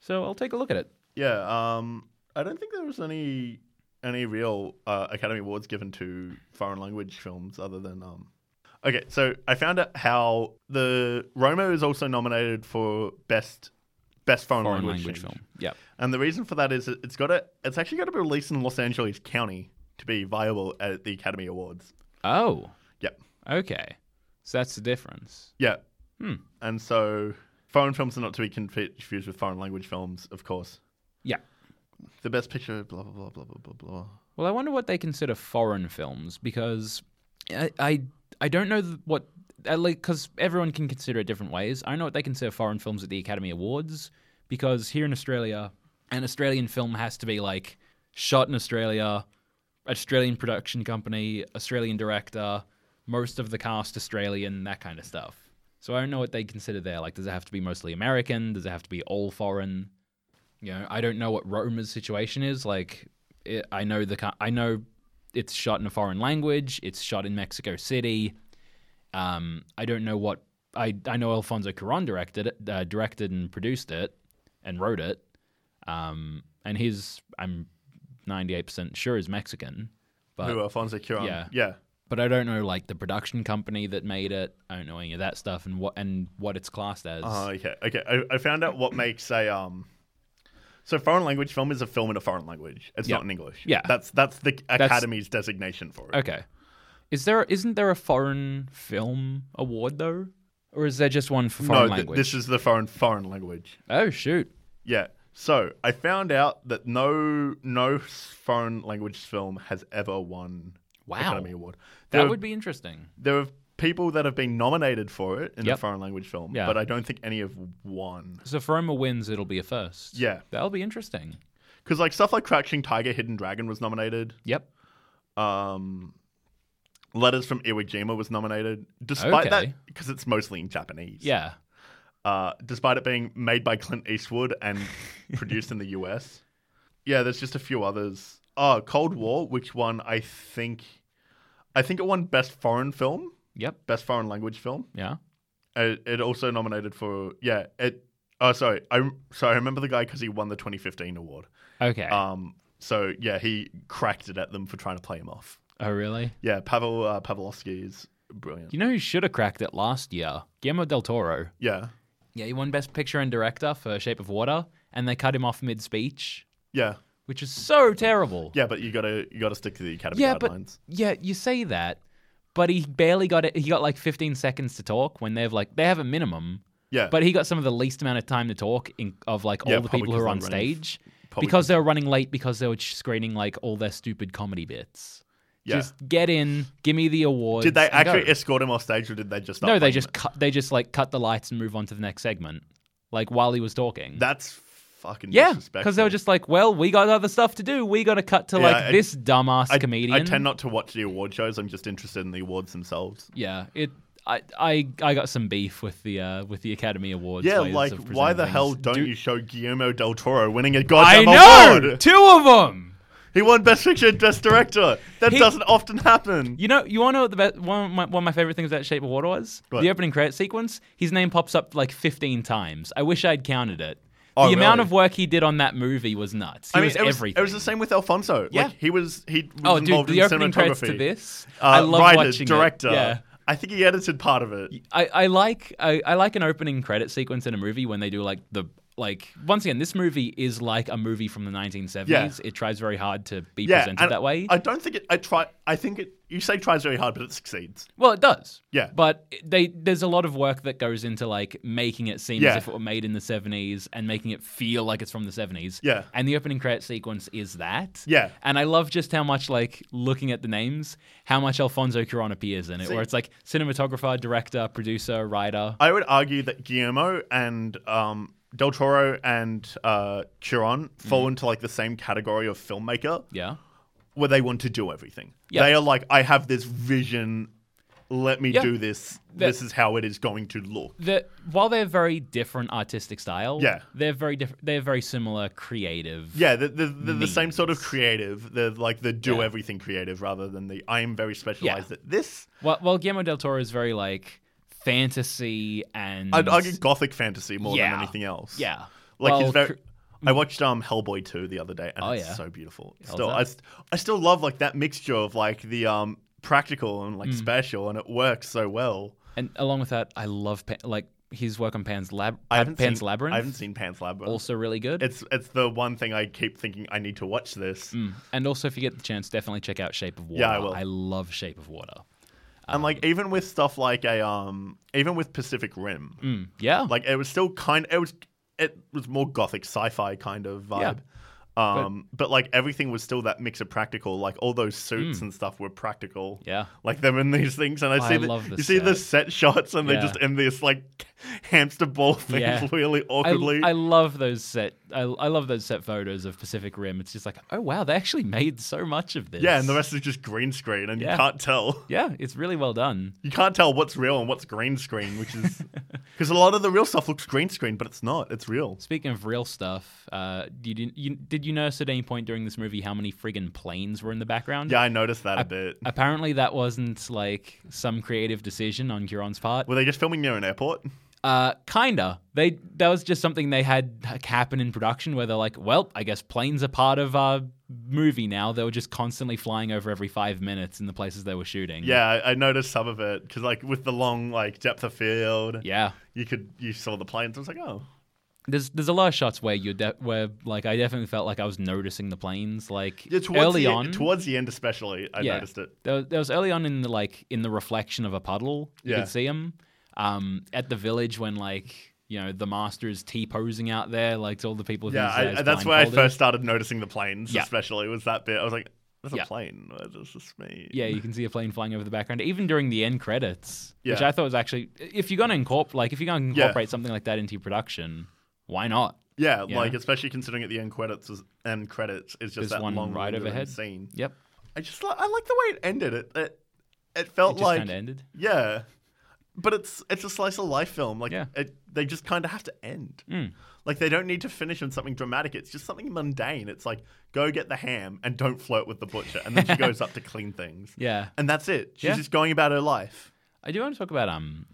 S1: So I'll take a look at it.
S2: Yeah, um, I don't think there was any any real uh, Academy Awards given to foreign language films other than. Um... Okay, so I found out how the Roma is also nominated for best best foreign,
S1: Foreign
S2: language,
S1: language
S2: film,
S1: film. Yeah.
S2: and the reason for that is it- it's got to it's actually got to be released in Los Angeles County to be viable at the Academy Awards.
S1: Oh,
S2: Yep,
S1: okay. So that's the difference.
S2: yeah,
S1: Hmm.
S2: and so foreign films are not to be confused with foreign language films, of course.
S1: Yeah.
S2: The best picture, blah blah blah blah blah blah blah.
S1: Well, I wonder what they consider foreign films because I I, I don't know th- what at least because everyone can consider it different ways. I know what they consider foreign films at the Academy Awards because here in Australia, an Australian film has to be like shot in Australia, Australian production company, Australian director, most of the cast Australian, that kind of stuff. So I don't know what they consider there. Like, does it have to be mostly American? Does it have to be all foreign? you know, I don't know what Roma's situation is. Like, it, I know the co- I know it's shot in a foreign language. It's shot in Mexico City. Um, I don't know what I I know Alfonso Cuarón directed it, uh, directed and produced it, and wrote it. Um, and his I'm ninety eight percent sure is Mexican, but
S2: Who Alfonso Cuarón?
S1: Uh, yeah.
S2: yeah.
S1: but I don't know like the production company that made it. I don't know any of that stuff and what and what it's classed as.
S2: Oh, okay. Okay. I, I found out what makes a um. So foreign language film is a film in a foreign language. It's
S1: Yeah.
S2: not in English.
S1: Yeah.
S2: That's that's the academy's designation for it.
S1: Okay. Is there isn't there a foreign film award though? Or is there just one for foreign
S2: no, th-
S1: language?
S2: this is the foreign foreign language.
S1: oh shoot.
S2: Yeah. So I found out that no no foreign language film has ever won
S1: Wow.
S2: Academy Award.
S1: That
S2: There have-
S1: would be interesting.
S2: there are people that have been nominated for it in
S1: Yep.
S2: the foreign language film,
S1: Yeah.
S2: but I don't think any have won.
S1: So if Roma wins, it'll be a first.
S2: Yeah.
S1: That'll be interesting.
S2: Because like stuff like Crouching Tiger, Hidden Dragon was nominated.
S1: Yep.
S2: um, Letters from Iwo Jima was nominated, despite
S1: Okay.
S2: that because it's mostly in Japanese.
S1: Yeah.
S2: Uh, despite it being made by Clint Eastwood and produced in the U.S. Yeah, there's just a few others. Oh, Cold War, which won? I think, I think it won Best Foreign Film,
S1: Yep.
S2: Best Foreign Language Film.
S1: Yeah.
S2: It, it also nominated for yeah. It oh sorry I sorry I remember the guy because he won the 2015 award.
S1: Okay.
S2: Um, so yeah, he cracked it at them for trying to play him off.
S1: oh really?
S2: Yeah, Pavel uh, Pavlovsky is brilliant.
S1: You know who should have cracked it last year? Guillermo del Toro.
S2: Yeah,
S1: Yeah, he won Best Picture and Director for Shape of Water, and they cut him off mid speech,
S2: yeah,
S1: which is so terrible.
S2: yeah. But you gotta you gotta stick to the academy
S1: Yeah, but
S2: guidelines.
S1: yeah, you say that, but he barely got it. He got like 15 seconds to talk when they've like they have a minimum,
S2: yeah,
S1: but he got some of the least amount of time to talk in, of like all
S2: Yeah,
S1: the
S2: probably
S1: people who are on
S2: 'cause they're running f-
S1: stage
S2: probably
S1: because they were running late because they were screening like all their stupid comedy bits.
S2: Yeah.
S1: Just get in, give me the award.
S2: did they actually escort him off stage or did they just? start
S1: no, they
S2: playing
S1: just
S2: it?
S1: cut. They just like cut the lights and move on to the next segment, like while he was talking.
S2: That's fucking
S1: yeah,
S2: disrespectful.
S1: because they were just like, "Well, we got other stuff to do. We got to cut to
S2: Yeah,
S1: like
S2: I-
S1: this dumbass
S2: I,
S1: comedian."
S2: I tend not to watch the award shows. I'm just interested in the awards themselves.
S1: Yeah, it. I, I I got some beef with the uh, with the Academy Awards.
S2: Yeah,
S1: ways
S2: like
S1: of
S2: why
S1: presenting
S2: the hell
S1: things.
S2: don't
S1: Do-
S2: you show Guillermo del Toro winning a
S1: I
S2: goddamn
S1: know
S2: award?
S1: two of them.
S2: He won Best Picture, and Best Director. That
S1: He-
S2: doesn't often happen.
S1: You know, you want to know what the best one? Of my, one of my favorite things about Shape of Water was
S2: What?
S1: the opening credit sequence. His name pops up like fifteen times. I wish I'd counted it. The
S2: Oh,
S1: amount
S2: really?
S1: of work he did on that movie was nuts. He
S2: I mean,
S1: was
S2: it was
S1: everything.
S2: it was the same with Alfonso.
S1: Yeah.
S2: like, he was he was
S1: Oh, dude,
S2: involved
S1: the
S2: in
S1: opening credits
S2: cinematography.
S1: to this.
S2: uh,
S1: I love
S2: writer,
S1: watching it.
S2: director,
S1: Yeah.
S2: I think he edited part of it.
S1: I, I like I, I like an opening credit sequence in a movie when they do like the like once again this movie is like a movie from the 1970s
S2: Yeah.
S1: it tries very hard to be
S2: Yeah,
S1: presented
S2: and
S1: that way
S2: I don't think it. I try. I think it. You say tries very hard, but it succeeds.
S1: well it does
S2: Yeah.
S1: but they there's a lot of work that goes into like making it seem
S2: Yeah.
S1: as if it were made in the 70s and making it feel like it's from the 70s
S2: Yeah.
S1: and the opening credit sequence is that
S2: Yeah.
S1: and I love just how much, like, looking at the names, how much Alfonso Cuarón appears in it, where it's like cinematographer, director, producer, writer.
S2: I would argue that Guillermo and um, Del Toro and uh, Chiron
S1: Mm-hmm.
S2: fall into like the same category of filmmaker
S1: yeah.
S2: where they want to do everything.
S1: Yeah.
S2: They are like, I have this vision. Let me
S1: Yeah.
S2: do this.
S1: That-
S2: this is how it is going to look.
S1: that while they're very different artistic style,
S2: Yeah.
S1: they're very different. They're very similar creative.
S2: Yeah, they're, they're, they're the same sort of
S1: Means.
S2: creative. They're like the do
S1: Yeah.
S2: everything creative rather than the I am very specialized at this.
S1: While, while Guillermo del Toro is very like fantasy and
S2: I'd argue gothic fantasy more
S1: Yeah.
S2: than anything else.
S1: yeah,
S2: Like
S1: well,
S2: he's very.
S1: cr-
S2: I watched um Hellboy 2 the other day and
S1: Oh,
S2: it's
S1: yeah.
S2: so beautiful.
S1: How's
S2: Still
S1: that?
S2: I, st- I still love like that mixture of like the um practical and like
S1: Mm.
S2: special and it works so well.
S1: and along with that, I love pa- like his work on Pan's Lab.
S2: I haven't
S1: Pan's
S2: seen,
S1: Labyrinth.
S2: I haven't seen Pan's Labyrinth.
S1: Also really good.
S2: It's it's the one thing I keep thinking I need to watch this.
S1: Mm. And also, if you get the chance, definitely check out Shape of Water.
S2: Yeah, I will.
S1: love Shape of Water.
S2: and like
S1: Um.
S2: even with stuff like a um even with Pacific Rim,
S1: Mm. Yeah,
S2: like it was still kind it was it was more gothic sci-fi kind of
S1: Yeah.
S2: vibe. Um, but, like everything was still that mix of practical. Like all those suits and stuff were practical.
S1: Mm. yeah.
S2: like them in these things, and I
S1: I
S2: see the,
S1: love the
S2: you see the set shots, and
S1: Yeah.
S2: they just end this like hamster ball thing
S1: Yeah.
S2: really
S1: I,
S2: awkwardly.
S1: I love those set. I, I love those set photos of Pacific Rim. It's just like, oh wow, they actually made so much of this.
S2: yeah, and the rest is just green screen, and
S1: Yeah.
S2: you can't tell.
S1: Yeah, it's really well done.
S2: You can't tell what's real and what's green screen, which is because a lot of the real stuff looks green screen, but it's not. It's real.
S1: Speaking of real stuff, uh, you didn't, you, did you notice at any point during this movie how many friggin' planes were in the background?
S2: Yeah, I noticed that a bit.
S1: Apparently, that wasn't like some creative decision on Curon's part.
S2: Were they just filming near an airport?
S1: Uh, kinda. They that was just something they had like, happen in production where they're like, well, I guess planes are part of our movie now. They were just constantly flying over every five minutes in the places they were shooting.
S2: Yeah, I, I noticed some of it because like with the long like depth of field,
S1: yeah.
S2: you could you saw the planes. I was like, oh,
S1: There's there's a lot of shots where you de- where like I definitely felt like I was noticing the planes like
S2: yeah, towards
S1: early
S2: the, e-,
S1: on.
S2: towards the end especially, I
S1: Yeah.
S2: noticed it.
S1: There, there was early on in the like in the reflection of a puddle, you
S2: Yeah.
S1: could see him um, at the village when like you know the master is t posing out there, like to all the people. with
S2: Yeah,
S1: his
S2: I,
S1: eyes
S2: I- that's where I
S1: blindfolded.
S2: first started noticing the planes,
S1: Yeah.
S2: especially was that bit. I was like, "There's
S1: Yeah.
S2: a plane. Why does this me?"
S1: Yeah, you can see a plane flying over the background, even during the end credits, which
S2: Yeah.
S1: I thought was actually if you're gonna incorporate like if you're gonna
S2: Yeah.
S1: incorporate something like that into your production, why not?
S2: yeah,
S1: Yeah.
S2: Like especially considering at the end credits, is, end credits is just
S1: There's
S2: that
S1: one
S2: long
S1: right
S2: lingering
S1: overhead.
S2: scene.
S1: Yep,
S2: I just li- I like the way it ended. It it, it
S1: it
S2: felt
S1: just
S2: like
S1: kind of ended.
S2: yeah, but it's it's a slice of life film. Like
S1: Yeah. Mm.
S2: it, they just kind of have to end. Like they don't need to finish on something dramatic. It's just something mundane. It's like go get the ham and don't flirt with the butcher, and then she goes up to clean things.
S1: Yeah,
S2: And that's it. She's
S1: Yeah.
S2: just going about her life.
S1: I do want to talk about um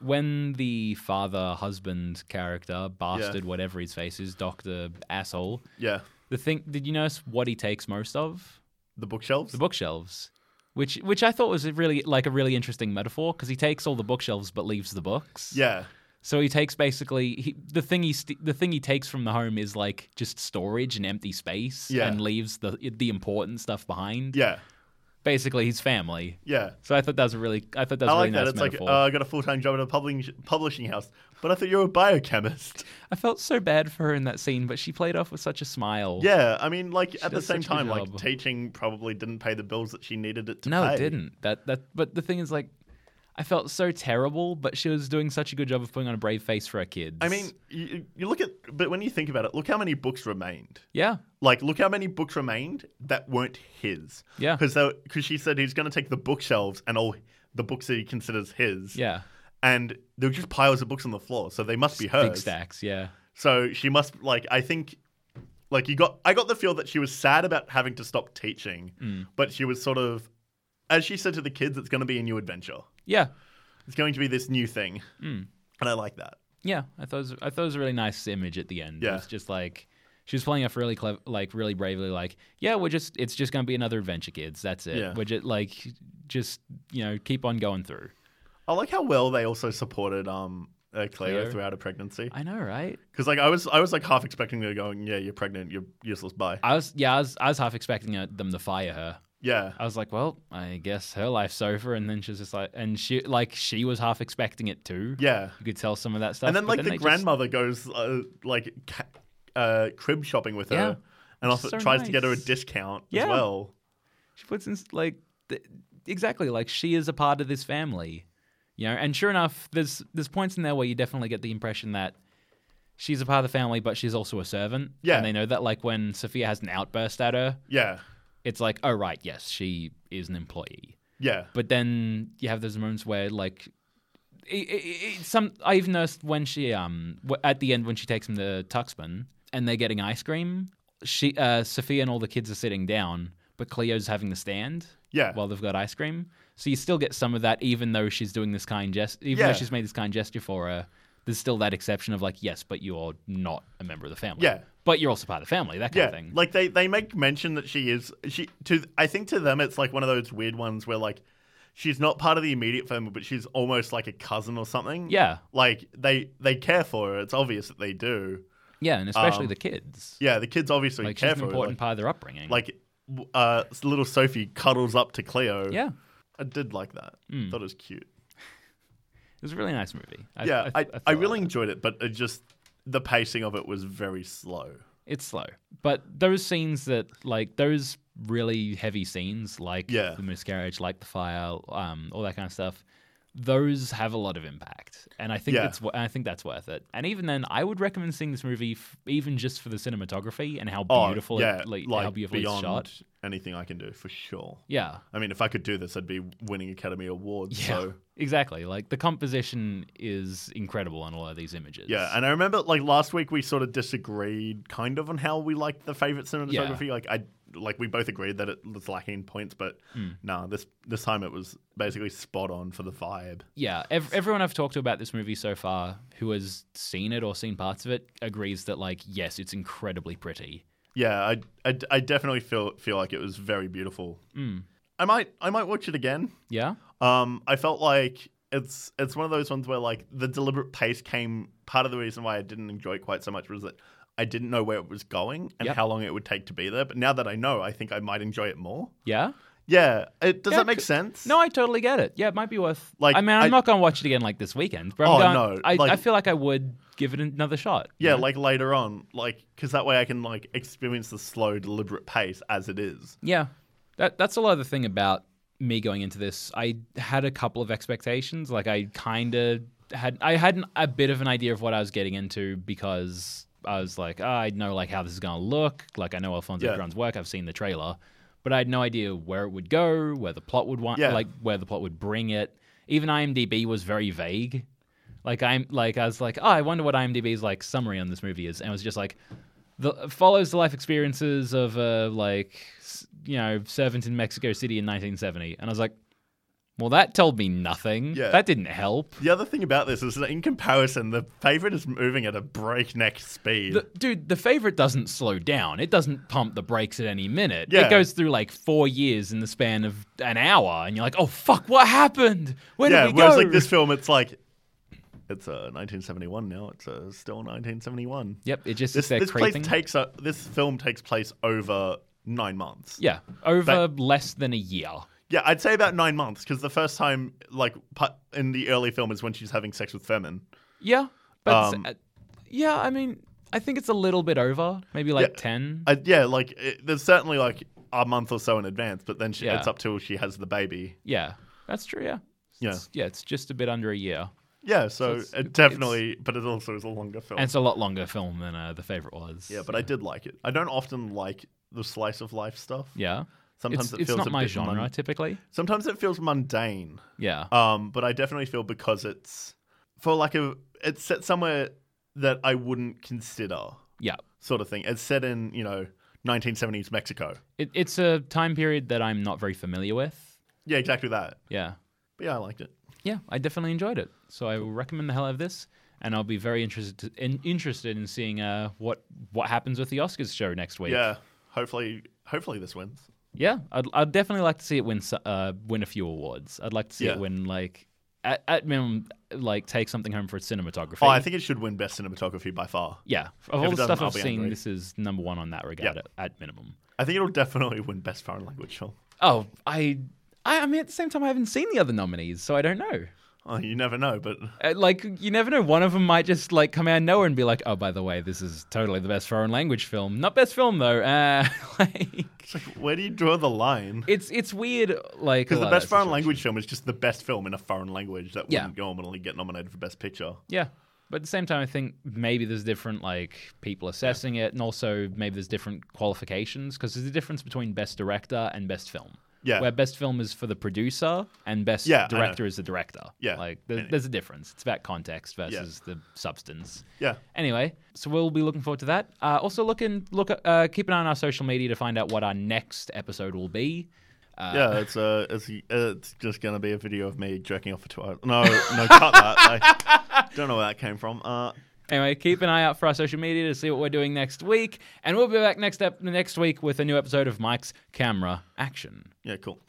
S1: when the father husband character bastard whatever his face is Doctor asshole.
S2: Yeah.
S1: The thing did you notice what he takes most of
S2: The bookshelves.
S1: the bookshelves, which which I thought was a really like a really interesting metaphor because he takes all the bookshelves but leaves the books.
S2: Yeah.
S1: So he takes basically he, the thing he st- the thing he takes from the home is like just storage and empty space,
S2: Yeah.
S1: and leaves the the important stuff behind.
S2: Yeah.
S1: Basically, his family.
S2: Yeah.
S1: So I thought that was a really I thought that was
S2: I
S1: a
S2: like
S1: really
S2: that.
S1: nice
S2: It's
S1: metaphor.
S2: like, uh, I got a full time job at a publishing, publishing house, but I thought you were a biochemist.
S1: I felt so bad for her in that scene, but she played off with such a smile.
S2: Yeah. I mean, like, at the
S1: does
S2: same
S1: such a good
S2: time, like,
S1: job.
S2: teaching probably didn't pay the bills that she needed it to
S1: No,
S2: pay.
S1: it didn't. That that. But the thing is, like, I felt so terrible, but she was doing such a good job of putting on a brave face for her kids.
S2: I mean, you, you look at, but when you think about it, look how many books remained.
S1: yeah,
S2: Like, look how many books remained that weren't his.
S1: Yeah.
S2: Because she said he's going to take the bookshelves and all the books that he considers his.
S1: yeah,
S2: And there were just piles of books on the floor, so they must be hers.
S1: big stacks. Yeah,
S2: So she must like I think like you got I got the feel that she was sad about having to stop teaching,
S1: Mm.
S2: but she was sort of as she said to the kids, it's gonna be a new adventure.
S1: yeah,
S2: It's going to be this new thing.
S1: Hmm.
S2: And I like that.
S1: yeah. I thought it was, I thought it was a really nice image at the end.
S2: Yeah.
S1: It was just like she was playing off really clever, like really bravely. Like, yeah, we're just it's just gonna be another adventure, kids. That's it.
S2: Yeah.
S1: We're just like just you know keep on going through.
S2: I like how well they also supported um uh, Cleo,
S1: Cleo.
S2: throughout her pregnancy.
S1: I know, right?
S2: Because like I was I was like half expecting her going, yeah, you're pregnant, you're useless, bye.
S1: I was yeah, I was, I was half expecting uh, them to fire her.
S2: Yeah,
S1: I was like, well, I guess her life's over, and then she's just like, and she like she was half expecting it too.
S2: yeah.
S1: you could tell some of that stuff.
S2: And then
S1: but
S2: like
S1: they
S2: the
S1: just-
S2: grandmother goes uh, like ca- uh, crib shopping with her,
S1: Yeah.
S2: and
S1: Which is
S2: also
S1: so
S2: tries to get her a
S1: nice.
S2: discount
S1: Yeah.
S2: as well.
S1: she puts in like th- exactly like she is a part of this family, you know. And sure enough, there's there's points in there where you definitely get the impression that she's a part of the family, but she's also a servant.
S2: Yeah.
S1: and they know that. Like when Sophia has an outburst at her,
S2: Yeah,
S1: it's like, oh right, yes, she is an employee.
S2: yeah,
S1: But then you have those moments where like. It, it, it, some I even noticed when she um w- at the end when she takes him to Tuxpan and they're getting ice cream. She uh, Sophia and all the kids are sitting down, but Cleo's having the stand
S2: yeah.
S1: while they've got ice cream. So you still get some of that, even though she's doing this kind gest, even
S2: Yeah.
S1: though she's made this kind gesture for her. There's still that exception of like, yes, but you're not a member of the family.
S2: Yeah.
S1: but you're also part of the family. That kind
S2: yeah,
S1: of thing.
S2: like they they make mention that she is she to I think to them it's like one of those weird ones where like she's not part of the immediate family, but she's almost like a cousin or something.
S1: yeah,
S2: like they they care for her. It's obvious that they do.
S1: yeah, and especially
S2: Um,
S1: the kids.
S2: Yeah, the kids obviously
S1: like she's
S2: care
S1: an
S2: for
S1: important
S2: her.
S1: part of their upbringing.
S2: Like, like uh, little Sophie cuddles up to Cleo.
S1: yeah, it
S2: I did like that.
S1: Mm.
S2: Thought it was cute.
S1: was a really nice movie. I,
S2: yeah, I, I,
S1: thought
S2: really
S1: that.
S2: enjoyed it, but it just the pacing of it was very slow.
S1: it's slow, but those scenes that like those really heavy scenes, like
S2: Yeah.
S1: the miscarriage, like the fire, um, all that kind of stuff, those have a lot of impact, and I think
S2: Yeah.
S1: it's wo- I think that's worth it. And even then, I would recommend seeing this movie f- even just for the cinematography and how
S2: Oh,
S1: beautiful,
S2: yeah,
S1: it, like,
S2: like
S1: how beautifully it's
S2: beyond
S1: shot.
S2: anything I can do for sure.
S1: Yeah,
S2: I mean, if I could do this, I'd be winning Academy Awards.
S1: yeah,
S2: So
S1: exactly. Like the composition is incredible on all of these images.
S2: yeah, and I remember like last week we sort of disagreed kind of on how we liked the favorite cinematography. Like I like we both agreed that it was lacking in points, but nah, this this time it was basically spot on for the vibe.
S1: yeah, ev- everyone I've talked to about this movie so far who has seen it or seen parts of it agrees that like yes, it's incredibly pretty.
S2: Yeah, I, I, I definitely feel feel like it was very beautiful. I might I might watch it again.
S1: Yeah?
S2: Um, I felt like it's it's one of those ones where like the deliberate pace came. Part of the reason why I didn't enjoy it quite so much was that I didn't know where it was going and
S1: Yep.
S2: how long it would take to be there. But now that I know, I think I might enjoy it more.
S1: Yeah?
S2: Yeah, it, does
S1: Yeah,
S2: that make
S1: c-
S2: sense?
S1: No, I totally get it. Yeah, it might be worth like
S2: Like,
S1: I mean, I'm
S2: I-
S1: not going to watch it again like this weekend, but I'm
S2: Oh,
S1: going,
S2: no,
S1: I,
S2: like-
S1: I feel like I would give it another shot. you
S2: Yeah,
S1: know?
S2: like later on, like because that way I can like experience the slow, deliberate pace as it is.
S1: Yeah. That that's a lot of the thing about me going into this. I had a couple of expectations. Like I kind of had I had an, a bit of an idea of what I was getting into because I was like, "Ah, I know like how this is going to look. Like I know Alfonso
S2: Yeah.
S1: Cuarón's work. I've seen the trailer, but I had no idea where it would go, where the plot would want,
S2: Yeah.
S1: like where the plot would bring it. Even IMDb was very vague. Like I'm like I was like, oh, I wonder what IMDb's like summary on this movie is, and it was just like, the follows the life experiences of a like s- you know servant in Mexico City in 1970, and I was like, well, that told me nothing.
S2: Yeah.
S1: That didn't help.
S2: The other thing about this is that in comparison, the favorite is moving at a breakneck speed.
S1: The, dude, the favorite doesn't slow down. It doesn't pump the brakes at any minute.
S2: Yeah.
S1: It goes through like four years in the span of an hour, and you're like, oh fuck, what happened? Where
S2: yeah,
S1: did we
S2: whereas
S1: go?
S2: like this film, it's like it's uh, 1971 now. It's uh, still 1971.
S1: Yep, it just
S2: This
S1: is there
S2: this
S1: creeping.
S2: place takes a, this film takes place over nine months.
S1: yeah, over less than a year.
S2: Yeah, I'd say about nine months because the first time, like pu- in the early film, is when she's having sex with Femin.
S1: Yeah, but
S2: Um,
S1: uh, yeah, I mean, I think it's a little bit over, maybe like
S2: Yeah,
S1: ten.
S2: I, yeah, like it, there's certainly like a month or so in advance, but then she,
S1: Yeah.
S2: it's up till she has the baby.
S1: Yeah, that's true. Yeah.
S2: Yeah.
S1: It's- yeah, it's just a bit under a year,
S2: Yeah, so,
S1: it's-
S2: it definitely, but it also is a longer film.
S1: and it's a lot longer film than uh, the favorite was.
S2: yeah, but I did like it. I don't often like the slice of life stuff.
S1: yeah,
S2: Sometimes
S1: it's,
S2: it
S1: it's
S2: feels
S1: not
S2: a
S1: my
S2: bit
S1: genre
S2: mun-
S1: typically.
S2: Sometimes it feels mundane.
S1: Yeah,
S2: Um, but I definitely feel because it's for like a it's set somewhere that I wouldn't consider
S1: yeah.
S2: sort of thing. It's set in, you know, 1970s Mexico.
S1: It, it's a time period that I'm not very familiar with.
S2: Yeah, exactly that.
S1: Yeah,
S2: But yeah, I liked it.
S1: yeah, I definitely enjoyed it. So I will recommend the hell out of this, and I'll be very interested to, in, interested in seeing uh, what what happens with the Oscars show next week.
S2: Yeah. Hopefully hopefully this wins.
S1: yeah. I'd, I'd definitely like to see it win so- uh, win a few awards. I'd like to see
S2: Yeah.
S1: it win like at, at minimum, like take something home for its cinematography.
S2: Oh, I think it should win best cinematography by far.
S1: yeah, of
S2: if
S1: all
S2: it
S1: the stuff
S2: doesn't, I'll
S1: I've
S2: be
S1: seen,
S2: angry.
S1: this is number one on that regard
S2: Yep.
S1: at, at minimum.
S2: I think it'll definitely win best foreign language film.
S1: Oh, I, I, I mean, at the same time, I haven't seen the other nominees, so I don't know.
S2: Oh, you never know, but
S1: Uh, like you never know one of them might just like come out of nowhere and be like oh by the way this is totally the best foreign language film not best film though uh, like
S2: it's like, where do you draw the line?
S1: it's it's weird like uh,
S2: Because
S1: a
S2: the
S1: lot
S2: best
S1: of
S2: foreign
S1: situations.
S2: language film is just the best film in a foreign language that
S1: Yeah.
S2: wouldn't normally get nominated for best picture.
S1: yeah but at the same time i think maybe there's different like people assessing it and also maybe there's different qualifications because there's a difference between best director and best film
S2: Yeah.
S1: where best film is for the producer and best
S2: Yeah, I know.
S1: director is the director
S2: Yeah.
S1: like there's, there's a difference it's about context versus the substance
S2: Yeah.
S1: Anyway, so we'll be looking forward to that. Uh, also, look in, look uh, keep an eye on our social media to find out what our next episode will be.
S2: yeah, it's uh, it's it's just gonna be a video of me jerking off for two hours. No, no, cut that. I don't know where that came from. Uh,
S1: Anyway, keep an eye out for our social media to see what we're doing next week, and we'll be back next ep- next week with a new episode of Mike's Camera Action.
S2: yeah, cool.